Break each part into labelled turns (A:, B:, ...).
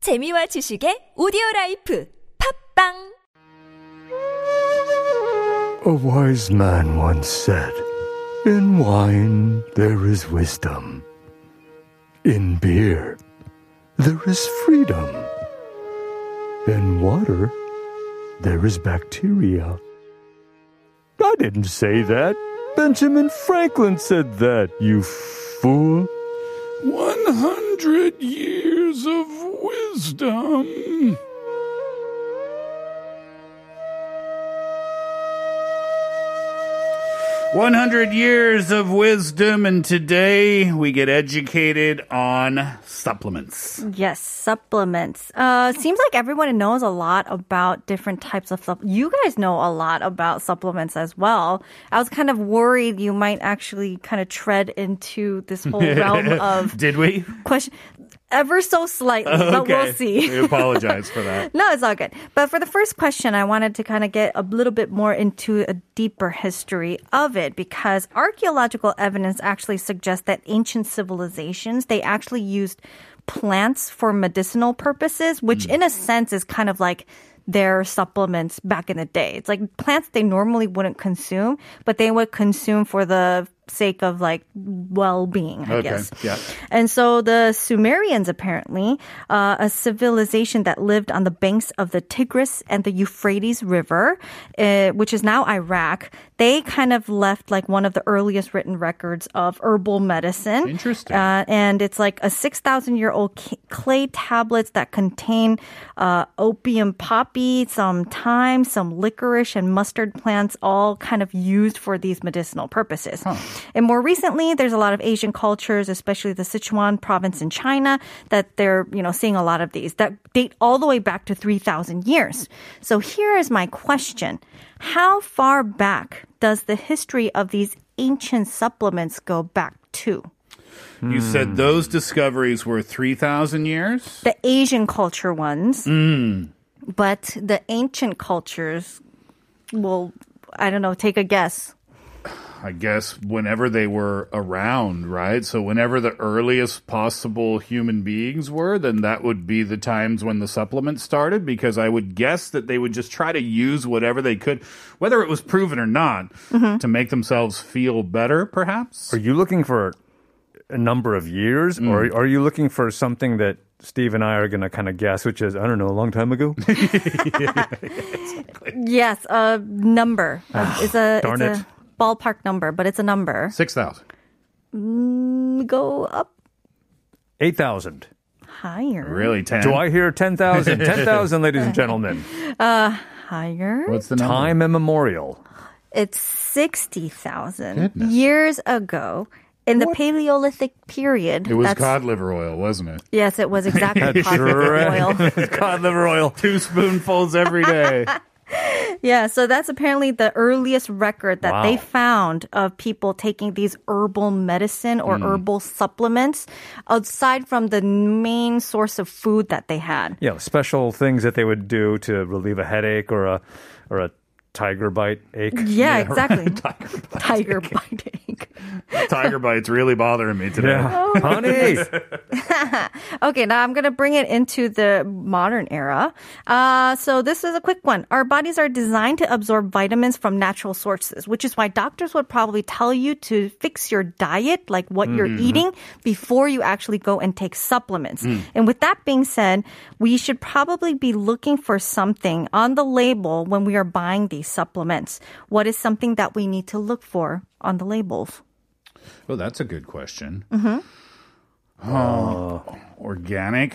A: 재미와 지식의 오디오 라이프 팝빵
B: A wise man once said, In wine there is wisdom, in beer there is freedom, in water there is bacteria. I didn't say that. Benjamin Franklin said that, you fool.
C: 100 years of wisdom. One hundred years of wisdom, and today we get educated on supplements.
D: Yes, supplements. Uh, seems like everyone knows a lot about different types of supplements. You guys know a lot about supplements as well. I was kind of worried you might actually kind of tread into this whole realm of
C: Did we?
D: question, ever so slightly, but we'll see.
C: we apologize for that.
D: No, it's all good. But for the first question, I wanted to kind of get a little bit more into a deeper history of it because archaeological evidence actually suggests that ancient civilizations they actually used plants for medicinal purposes, which
C: Hmm.
D: in a sense is kind of like their supplements back in the day. It's like plants they normally wouldn't consume, but they would consume for the sake of like well-being, I
C: Okay,
D: guess.
C: yeah.
D: And so the Sumerians, apparently, uh, a civilization that lived on the banks of the Tigris and the Euphrates River, uh, which is now Iraq, they kind of left like one of the earliest written records of herbal medicine.
C: Interesting.
D: Uh, and it's like a 6,000 year old ca- clay tablets that contain uh, opium poppy, some thyme, some licorice, and mustard plants, all kind of used for these medicinal purposes. And more recently, there's a lot of Asian cultures, especially the Sichuan province in China, that they're you know seeing a lot of these that date all the way back to 3,000 years. So here is my question: How far back does the history of these ancient supplements go back to?
C: You
D: Hmm.
C: said those discoveries were 3,000 years?
D: the Asian culture ones,
C: Mm.
D: but the ancient cultures will, I don't know, take a guess.
C: I guess whenever they were around, right? So whenever the earliest possible human beings were, then that would be the times when the supplement started because I would guess that they would just try to use whatever they could, whether it was proven or not, to make themselves feel better perhaps.
E: Are you looking for a number of years, or
B: Hmm.
E: are you looking for something that Steve and I are going to kind of guess, which is I don't know, a long time ago?
D: Yes, a number.
C: Ah,
D: it's a,
E: darn
D: it's
E: it.
D: a ballpark number, but it's a number.
C: 6,000.
D: Go up
E: Eight thousand.
D: higher.
C: Really 10.
E: Do I hear ten thousand? Ten thousand, ladies and gentlemen.
D: Higher.
C: What's the number?
E: Time immemorial.
D: It's 60,000 years ago in the Paleolithic period.
C: It was
D: That's-
C: cod liver oil, wasn't it?
D: Yes, it was exactly cod liver
E: Correct.
D: oil.
E: cod liver oil.
C: Two spoonfuls every day.
D: Yeah, so that's apparently the earliest record that they
E: Wow.
D: found of people taking these herbal medicine or herbal supplements aside from the main source of food that they had.
E: Yeah, special things that they would do to relieve a headache or a or a tiger bite ache.
D: Yeah, exactly. Tiger biting.
C: Tiger bites really bothering me today.
E: Yeah, honey.
D: Okay, now I'm going to bring it into the modern era. Uh, so this is a quick one. Our bodies are designed to absorb vitamins from natural sources, which is why doctors would probably tell you to fix your diet, like what you're eating, before you actually go and take supplements. And with that being said, we should probably be looking for something on the label when we are buying these supplements. What is something that we need to look for on the labels?
C: Oh, that's a good question. Oh, organic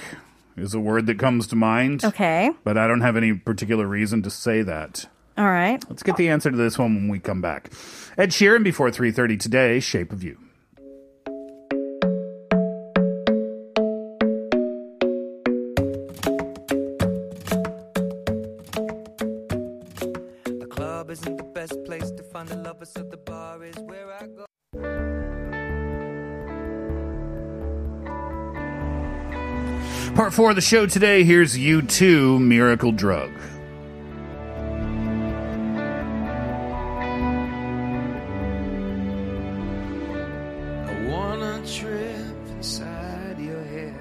C: is a word that comes to mind.
D: Okay.
C: But I don't have any particular reason to say that.
D: All right.
C: Let's get the answer to this one when we come back. Ed Sheeran before 3:30 today, Shape of You.
F: The club isn't the best place to find a lover, so the bar is where I go.
C: Part 4 of the show today, here's U2 Miracle Drug.
F: I wanna trip inside your hair,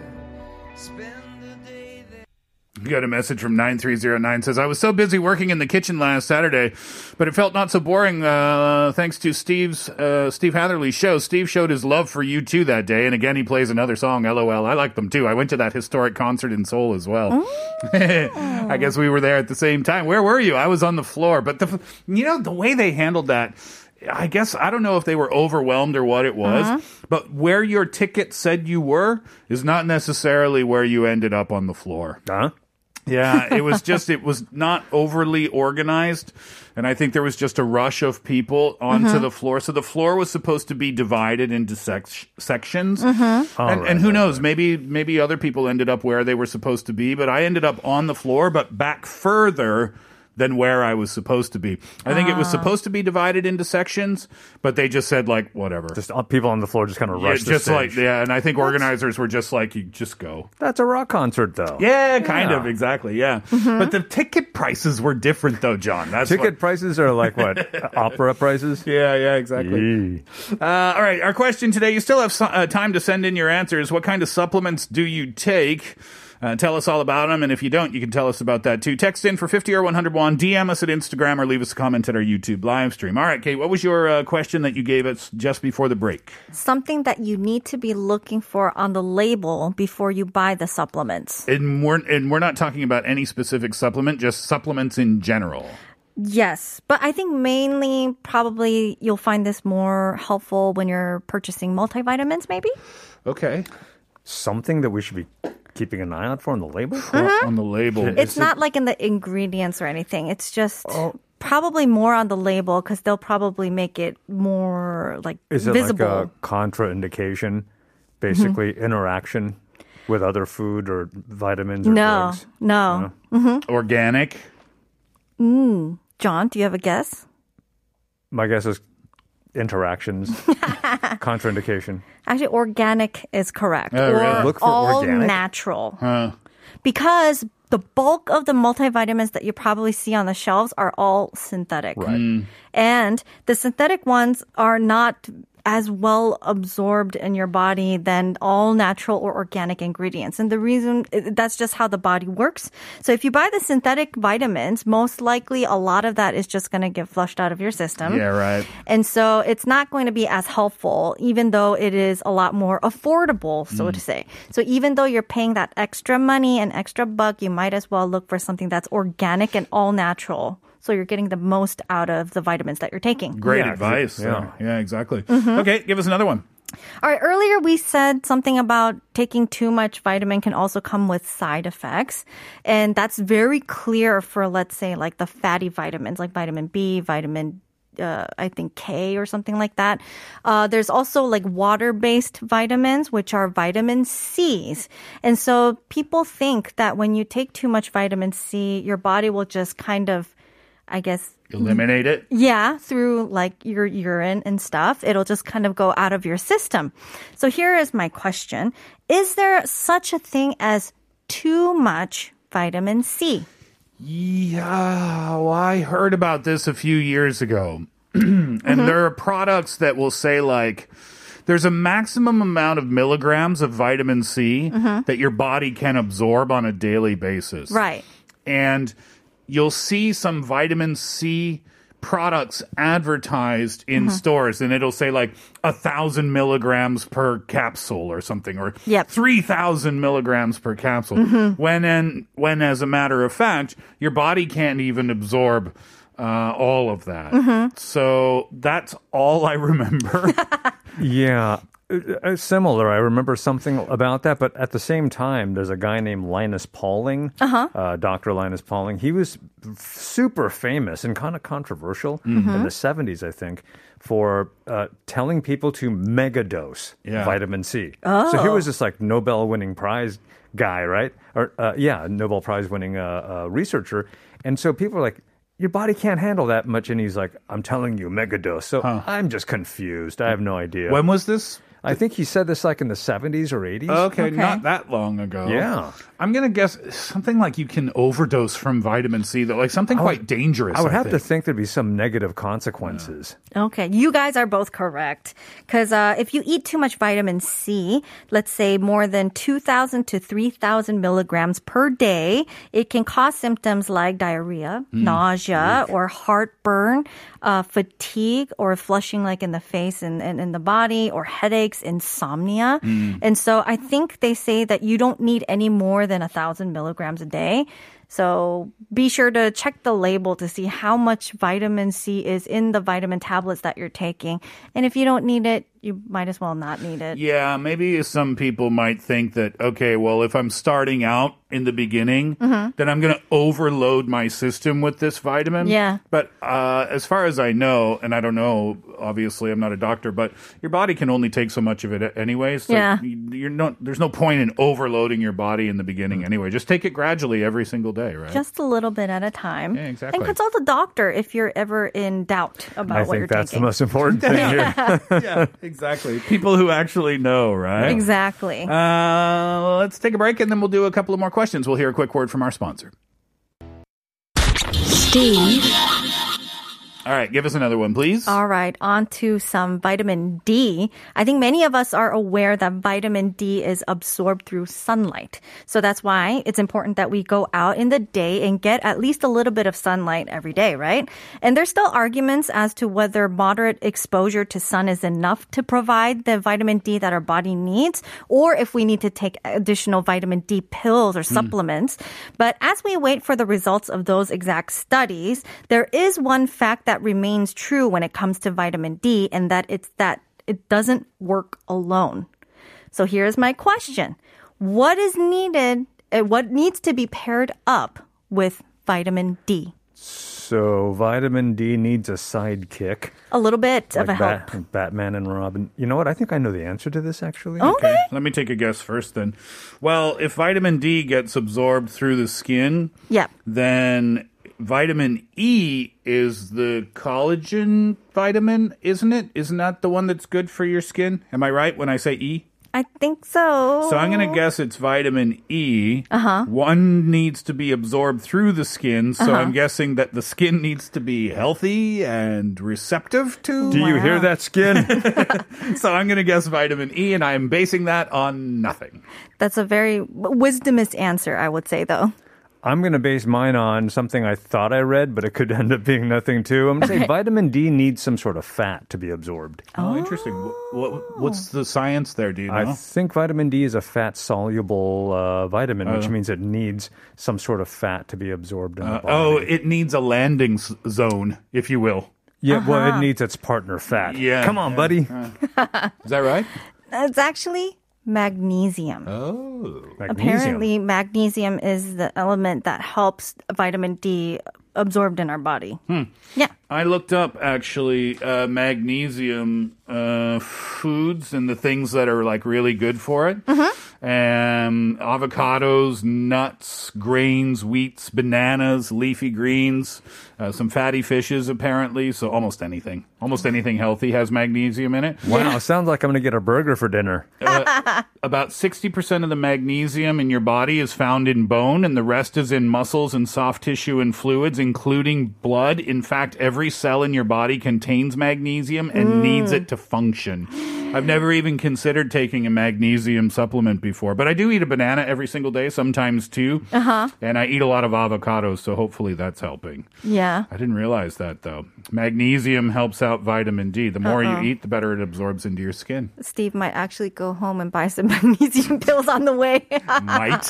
F: spend the day there.
C: We got a message from 9309 says, I was so busy working in the kitchen last Saturday, but it felt not so boring uh, thanks to Steve's uh, Steve Hatherley's show. Steve showed his love for you too that day. And again, he plays another song, LOL. I like them too. I went to that historic concert in Seoul as well. I guess we were there at the same time. Where were you? I was on the floor. But the, you know, the way they handled that, I guess I don't know if they were overwhelmed or what it was, but where your ticket said you were is not necessarily where you ended up on the floor.
E: Huh?
C: Yeah, it was just it was not overly organized, and I think there was just a rush of people onto
E: Mm-hmm.
C: the floor. So the floor was supposed to be divided into sec- sections,
E: Mm-hmm.
C: and, and who knows, maybe maybe other people ended up where they were supposed to be, but I ended up on the floor, but back further. Than where I was supposed to be. I think it was
E: Ah.
C: supposed to be divided into sections, but they just said like whatever.
E: Just uh, people on the floor just kind of
C: yeah,
E: rush. the
C: just like
E: stage.
C: yeah, and I think organizers were just like you just go.
E: that's a rock concert though.
C: Yeah, Mm-hmm. kind
E: Yeah.
C: of, exactly. Yeah. But the ticket prices were different though, John. That's
E: Ticket
C: what-
E: prices are like what opera prices.
C: yeah, yeah, exactly.
E: Yee.
C: Uh, all right, our question today. You still have so- uh, time to send in your answers. What kind of supplements do you take? Uh, tell us all about them, and if you don't, you can tell us about that too. Text in for 50 or 101, DM us at Instagram, or leave us a comment at our YouTube live stream. All right, Kate, what was your uh, question that you gave us just before the break?
D: Something that you need to be looking for on the label before you buy the supplements.
C: And we're, and we're not talking about any specific supplement, just supplements in general.
D: Yes, but I think mainly probably you'll find this more helpful when you're purchasing multivitamins, maybe?
C: Okay.
E: Something that we should be keeping an eye out for on the label.
C: On the label.
D: It's not like in the ingredients or anything. It's just
E: Oh.
D: probably more on the label because they'll probably make it more like
E: Is it
D: visible. Mm-hmm.
E: like a contraindication, basically interaction with other food or vitamins or
D: no,
E: drugs?
D: no,
C: organic.
D: John, do you have a guess?
E: My guess is interactions, contraindication.
D: Actually, organic is correct.
C: Oh, really?
D: Or
E: Look for
D: all
E: organic?
D: natural. Because the bulk of the multivitamins that you probably see on the shelves are all synthetic. And the synthetic ones are not as well absorbed in your body than all natural or organic ingredients. And the reason that's just how the body works. So if you buy the synthetic vitamins, most likely a lot of that is just going to get flushed out of your system.
C: Yeah, right.
D: And so it's not going to be as helpful, even though it is a lot more affordable, so to say. So even though you're paying that extra money and extra buck, you might as well look for something that's organic and all natural. So you're getting the most out of the vitamins that you're taking.
C: Great
E: Yeah,
C: advice.
E: yeah.
C: Yeah, yeah exactly. Okay, give us another one.
D: All right, earlier we said something about taking too much vitamin can also come with side effects. And that's very clear for, let's say, like the fatty vitamins, like vitamin B, vitamin. Uh, I think K or something like that. Uh, there's also like water based vitamins, which are vitamin C's. And so people think that when you take too much vitamin C, your body will just kind of, I guess,
C: Eliminate it.
D: yeah, through like your urine and stuff. It'll just kind of go out of your system. So here is my question. Is there such a thing as too much vitamin C?
C: Yeah, well, I heard about this a few years ago. and there are products that will say, like, there's a maximum amount of milligrams of vitamin C that your body can absorb on a daily basis.
D: Right.
C: and you'll see some vitamin C products advertised in stores and it'll say like a thousand milligrams per capsule or something or
D: Yep.
C: 3000 milligrams per capsule when and when as a matter of fact your body can't even absorb uh, all of that so that's all i remember
E: Yeah, uh, uh, similar. I remember something about that, but at the same time, there's a guy named Linus Pauling, uh-huh. Dr. Linus Pauling. He was f- super famous and kind of controversial in the 70s, I think, for uh, telling people to mega dose
C: Yeah.
E: vitamin C. Oh. So he was this like Nobel winning prize guy, right? Or uh, yeah, Nobel Prize winning uh, uh, researcher. And so people are like, your body can't handle that much. And he's like, I'm telling you, mega dose. So I'm just confused. I have no idea.
C: when was this
E: I think he said this like in the 70s or 80s.
C: Okay,
D: Okay.
C: not that long ago.
E: Yeah.
C: I'm gonna guess something like you can overdose from vitamin C, though, like something quite dangerous.
E: I would have to
C: think.
E: think there'd be some negative consequences.
D: Okay, you guys are both correct. Because uh, if you eat too much vitamin C, let's say more than 2,000 to 3,000 milligrams per day, it can cause symptoms like diarrhea, nausea, or heartburn, uh, fatigue, or flushing like in the face and, and in the body, or headaches, insomnia. And so I think they say that you don't need any more than 1,000 milligrams a day. So be sure to check the label to see how much vitamin C is in the vitamin tablets that you're taking. And if you don't need it, you might as well not need it.
C: Yeah, maybe some people might think that, okay, well, if I'm starting out in the beginning,
D: Mm-hmm.
C: then I'm going to overload my system with this vitamin.
D: Yeah.
C: But uh, as far as I know, and I don't know, obviously, I'm not a doctor, but your body can only take so much of it anyway. So
D: Yeah.
C: you're not, there's no point in overloading your body in the
E: Mm.
C: beginning anyway. Just take it gradually every single day, right?
D: Just a little bit at a time.
C: Yeah, exactly.
D: And consult a doctor if you're ever in doubt about
E: I
D: what you're
E: think that's the
D: taking.
E: most important thing here.
C: yeah, exactly. People who actually know, right?
D: exactly.
C: Uh, let's take a break and then we'll do a couple of more questions. We'll hear a quick word from our sponsor. Steve. All right, give us another one, please.
D: All right, on to some vitamin D. I think many of us are aware that vitamin D is absorbed through sunlight. So that's why it's important that we go out in the day and get at least a little bit of sunlight every day, right? And there's still arguments as to whether moderate exposure to sun is enough to provide the vitamin D that our body needs or if we need to take additional vitamin D pills or supplements. But as we wait for the results of those exact studies, there is one fact that remains true when it comes to vitamin D, and that it's that it doesn't work alone. So here's my question What is needed, uh, what needs to be paired up with vitamin D?
E: So vitamin D needs a sidekick,
D: A little bit of a
E: like
D: help.
E: Bat- Batman and Robin. You know what? I think I know the answer to this actually.
D: Okay.
C: Let me take a guess first then. Well, if vitamin D gets absorbed through the skin,
D: Yep.
C: then vitamin E is the collagen vitamin, isn't it? Isn't that the one that's good for your skin? Am I right when I say E?
D: I think so.
C: So I'm going to guess it's vitamin E. Uh-huh. One needs to be absorbed through the skin, so I'm guessing that the skin needs to be healthy and receptive to.
E: Do you hear that skin?
C: so I'm going to guess vitamin E, and I'm basing that on nothing.
D: That's a very wisdomous answer, I would say, though.
E: I'm going to base mine on something I thought I read, but it could end up being nothing too. I'm going to say vitamin D needs some sort of fat to be absorbed.
C: Oh, interesting. What, what's the science there? Do you
E: I
C: know?
E: think vitamin D is a fat soluble uh, vitamin, which means it needs some sort of fat to be absorbed in the
C: Uh-huh. Uh,
E: body.
C: oh, it needs a landing s- zone, if you will.
E: yeah. Well, it needs its partner fat.
C: uh-huh. Yeah. Uh-huh.
E: Come on, buddy.
C: Is that right?
D: It's actually magnesium.
C: Oh.
E: Magnesium.
D: Apparently, magnesium is the element that helps vitamin D absorbed in our body. Yeah.
C: I looked up actually uh, magnesium uh, foods and the things that are like really good for it. Um, avocados, nuts, grains, wheats, bananas, leafy greens, uh, some fatty fishes apparently. So almost anything, almost anything healthy has magnesium in it.
E: Wow, sounds like I'm going to get a burger for dinner.
C: About 60% of the magnesium in your body is found in bone, and the rest is in muscles and soft tissue and fluids, including blood. In fact, every cell in your body contains magnesium and needs it to function. I've never even considered taking a magnesium supplement before, but I do eat a banana every single day, sometimes two. Uh huh. And I eat a lot of avocados, so hopefully that's helping.
D: Yeah.
C: I didn't realize that though. Magnesium helps out vitamin D. The more you eat, the better it absorbs into your skin.
D: Steve might actually go home and buy some magnesium pills on the way.
C: might.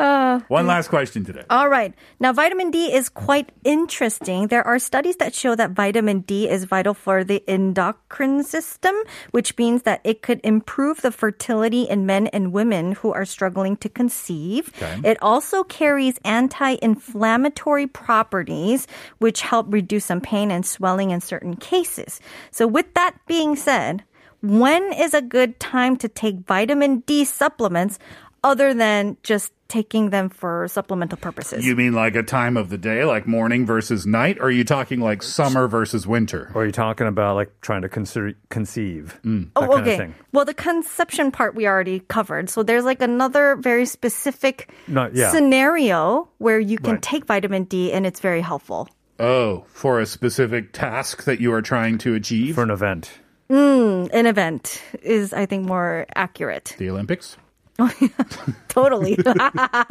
C: Uh, One last question today.
D: All right. Now, vitamin D is quite interesting. There are studies that show that vitamin D is vital for the endocrine system, which means that it could improve the fertility in men and women who are struggling to conceive. It also carries anti inflammatory properties, which help reduce some pain and swelling in certain cases. So, with that being said, when is a good time to take vitamin D supplements other than just taking them for supplemental purposes.
C: You mean like a time of the day, like morning versus night? Or are you talking like summer versus winter?
E: Or are you talking about like trying to conce- conceive?
D: Oh,
C: Mm.
E: that kind
D: okay.
E: of thing.
D: Well, the conception part we already covered. So there's like another very specific
E: No, yeah.
D: scenario where you can
E: Right.
D: take vitamin D and it's very helpful.
C: Oh, for a specific task that you are trying to achieve?
E: For an event.
D: An event is, I think, more accurate.
C: the Olympics?
D: Totally.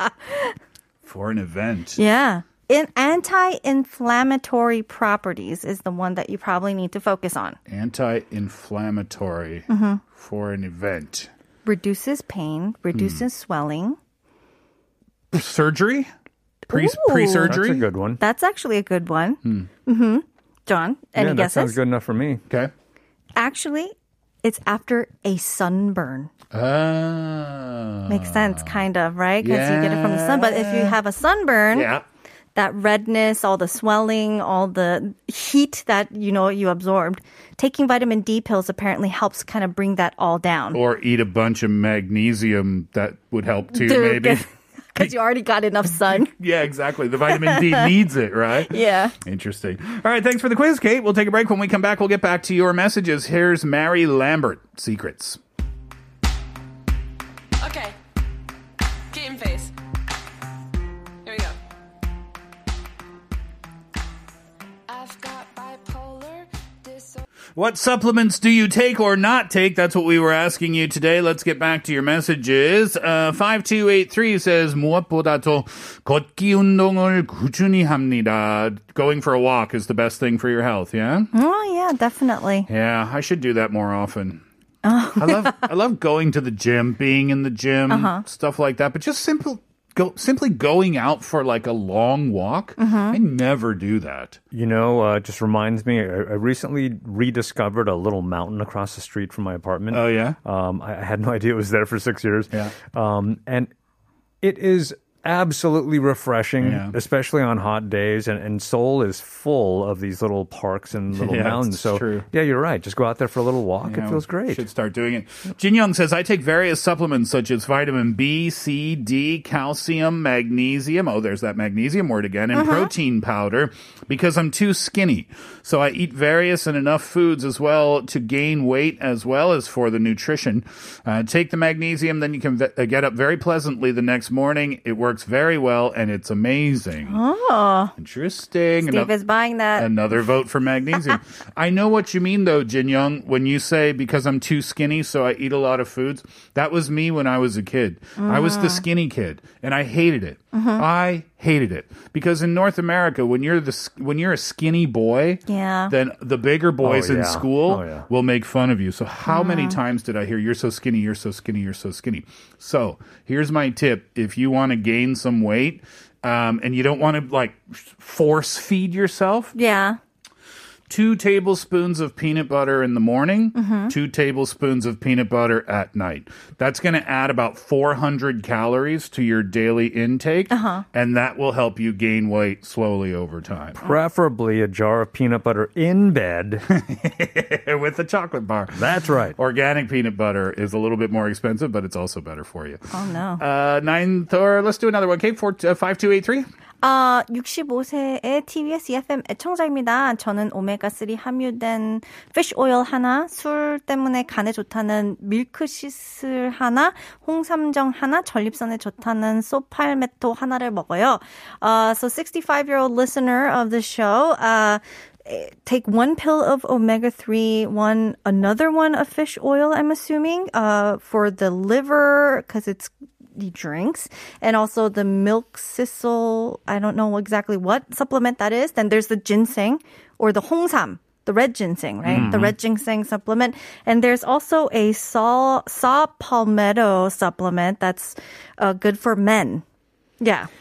C: For an event.
D: yeah. In anti-inflammatory properties is the one that you probably need to focus on.
C: Anti inflammatory for an event.
D: Reduces pain, reduces swelling.
C: Surgery? Pre
D: Ooh.
E: That's
C: surgery?
E: a good one.
D: That's actually a good one. Mm. hmm John, any
E: yeah, that
D: guesses?
E: sounds good enough for me.
C: Okay.
D: Actually, it's after a sunburn.
C: Ah.
D: Makes sense, kind of, right? Because you get it from the sun. But if you have a sunburn,
C: yeah.
D: that redness, all the swelling, all the heat that you know you absorbed, taking vitamin D pills apparently helps kind of bring that all down.
C: Or eat a bunch of magnesium. That would help too, maybe.
D: Because you already got enough sun.
C: yeah, exactly. The vitamin D needs it, right?
D: yeah.
C: Interesting. All right, thanks for the quiz, Kate. We'll take a break. When we come back, we'll get back to your messages. Here's Mary Lambert, Secrets.
G: Okay. Game face. Here we go. I've got bipolar disorder.
C: What supplements do you take or not take? That's what we were asking you today. Let's get back to your messages. Uh, 5283 says, 무엇보다도 걷기 운동을 꾸준히 합니다. Going for a walk is the best thing for your health, yeah?
D: Oh yeah, definitely.
C: Yeah, I should do that more often. I love I love going to the gym, being in the gym, stuff like that. But just simple go simply going out for like a long walk. I never do that.
E: You know, uh, it just reminds me, I, I recently rediscovered a little mountain across the street from my apartment.
C: Oh, yeah?
E: Um, I, I had no idea it was there for six years.
C: Yeah.
E: Um, and it is absolutely refreshing,
C: Yeah.
E: especially on hot days. And, and Seoul is full of these little parks and little
C: Yeah,
E: mountains.
C: it's
E: So,
C: true.
E: yeah, you're right. Just go out there for a little walk.
C: You
E: it
C: know,
E: feels great.
C: Should start doing it. Jin Young says I take various supplements such as vitamin B, C, D, calcium, magnesium. Oh, there's that magnesium word again, and
D: Uh-huh.
C: protein powder because I'm too skinny. So I eat various and enough foods as well to gain weight as well as for the nutrition. Uh, take the magnesium, then you can ve- uh, get up very pleasantly the next morning. It works very well and it's amazing. Oh, interesting.
D: Steve
C: Ano-
D: is buying that.
C: Another vote for magnesium. I know what you mean though, Jin Young, when you say because I'm too skinny, so I eat a lot of foods. That was me when I was a kid. I was the
D: Uh-huh.
C: skinny kid, and I hated it. I hated it because in North America, when you're the s- when you're a skinny boy,
D: Yeah.
C: then the bigger boys
E: Oh,
C: in
E: yeah.
C: school
E: Oh, yeah.
C: will make fun of you. So how many times did I hear you're so skinny, you're so skinny, you're so skinny? So here's my tip: if you want to gain some weight. Um, and you don't want to like force feed yourself
D: yeah.
C: two tablespoons of peanut butter in the morning, two tablespoons of peanut butter at night. That's going to add about 400 calories to your daily intake, and that will help you gain weight slowly over time.
E: Oh. Preferably a jar of peanut butter in bed.
C: With the chocolate bar.
E: That's right.
C: Organic peanut butter is a little bit more expensive, but it's also better for you.
D: Oh no.
C: Uh, ninth, or let's do another one. Kate, four, uh, 5283.
D: 아, 65세의 TBS EFM 애청자입니다. 저는 오메가3 함유된 fish oil 하나, 술 때문에 간에 좋다는 밀크시슬 하나, 홍삼정 하나, 전립선에 좋다는 소팔메토 하나를 먹어요. Uh, so 65-year-old listener of the show, uh, take one pill of omega-3 one another one of fish oil i'm assuming uh, for the liver because it's the drinks and also the milk sisal i don't know exactly what supplement that is then there's the ginseng or the hongsam the red ginseng right the red ginseng supplement and there's also a saw saw palmetto supplement that's uh, good for men yeah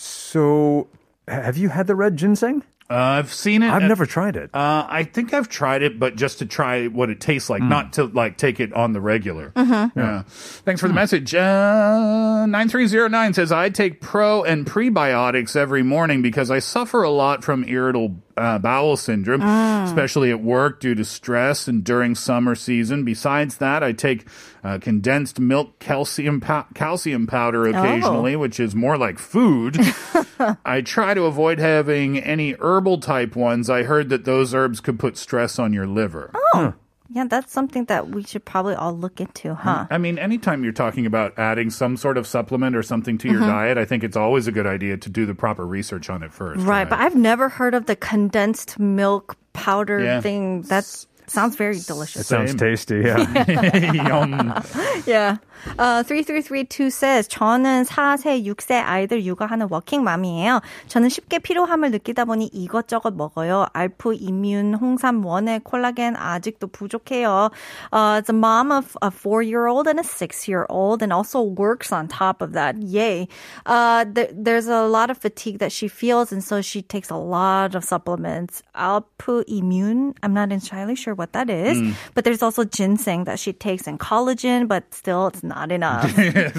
E: So, ha- have you had the red ginseng?
C: Uh, I've seen it.
E: I've
C: at-
E: never tried it.
C: Uh, I think I've tried it, but just to try what it tastes like, not to like take it on the regular. Hmm. Uh-huh. Yeah. Hmm. Thanks for the message. Uh, 9309 says, I take pro and prebiotics every morning because I suffer a lot from irritable, uh, bowel syndrome, especially at work due to stress and during summer season. Besides that, I take uh, condensed milk calcium pow- calcium powder occasionally, which is more like food. I try to avoid having any herbal type ones. I heard that those herbs could put stress on your liver.
D: Oh. Yeah, that's something that we should probably all look into, huh?
C: I mean, anytime you're talking about adding some sort of supplement or something to your
D: Mm-hmm.
C: diet, I think it's always a good idea to do the proper research on it first.
D: Right, but I've never heard of the condensed milk powder
C: Yeah.
D: thing. That sounds very delicious.
E: Sounds
C: Same.
E: tasty. Yeah.
C: Yum.
D: Yeah. Uh, 3332 says, 저는 4세, 6세 아이들 육아하는 워킹맘이에요. 저는 쉽게 피로함을 느끼다 보니 이것저것 먹어요. 알프, 이뮨, 홍삼, 원액, 콜라겐 아직도 부족해요. Uh, it's a mom of a four-year-old and a six-year-old and also works on top of that. Yay. Uh, th- there's a lot of fatigue that she feels and so she takes a lot of supplements. Alpu immune, I'm not entirely sure what that is, but there's also ginseng that she takes and collagen, but still it's not enough.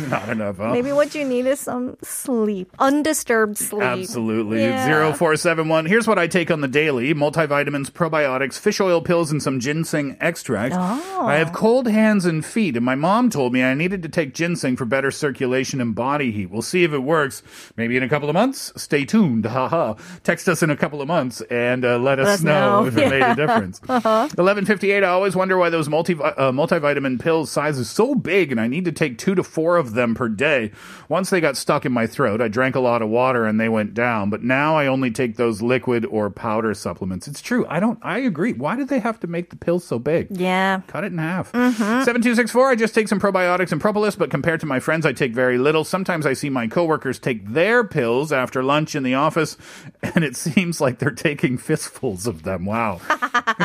C: Not enough. Huh?
D: Maybe what you need is some sleep, undisturbed sleep.
C: Absolutely.
D: Yeah.
C: Zero four seven one. Here's what I take on the daily: multivitamins, probiotics, fish oil pills, and some ginseng extract.
D: Oh.
C: I have cold hands and feet, and my mom told me I needed to take ginseng for better circulation and body heat. We'll see if it works. Maybe in a couple of months. Stay tuned. Haha. Text us in a couple of months and uh, let us
D: us
C: know,
D: know.
C: if it made a difference. Eleven fifty eight. I always wonder why those multi uh, multivitamin pills size is so big, and I need to take two to four of them per day. Once they got stuck in my throat, I drank a lot of water and they went down. But now I only take those liquid or powder supplements. It's true. I don't. I agree. Why did they have to make the pills so big?
D: Yeah.
C: Cut it in half. 7264, I just take some probiotics and propolis, but compared to my friends, I take very little. Sometimes I see my coworkers take their pills after lunch in the office, and it seems like they're taking fistfuls of them. Wow.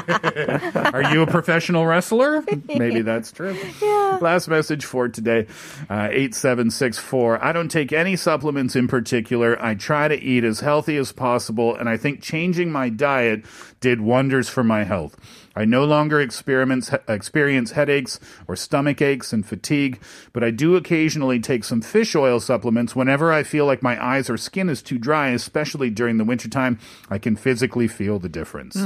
C: Are you a professional wrestler? Maybe that's true. Yeah. Last message for today uh, 8764. I don't take any supplements in particular. I try to eat as healthy as possible, and I think changing my diet did wonders for my health. I no longer experiments, experience headaches or stomach aches and fatigue, but I do occasionally take some fish oil supplements whenever I feel like my eyes or skin is too dry, especially during the wintertime. I can physically feel the difference.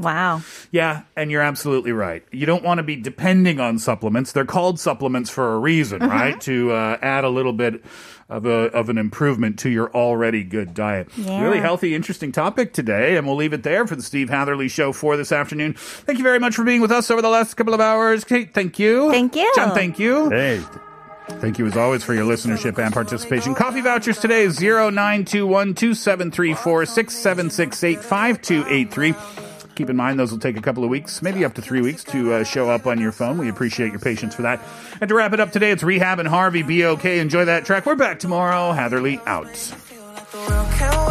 D: Wow.
C: Yeah, and you're absolutely right. You don't want to be depending on supplements. They're called supplements for a reason,
D: Mm-hmm.
C: right? To uh, add a little bit of a of an improvement to your already good diet.
D: Yeah.
C: Really healthy, interesting topic today, and we'll leave it there for the Steve Hatherley Show for this afternoon. Thank you very much for being with us over the last couple of hours. Kate, thank you.
D: Thank you.
C: John, thank you.
E: hey.
C: Thank you as always for your listenership and participation. Coffee vouchers today is 0921-2734676685283. Keep in mind those will take a couple of weeks, maybe up to three weeks to uh, show up on your phone. We appreciate your patience for that. And to wrap it up today, it's Rehab and Harvey. Be okay. Enjoy that track. We're back tomorrow. Hatherly out.
F: Feel like the world can
G: Oh,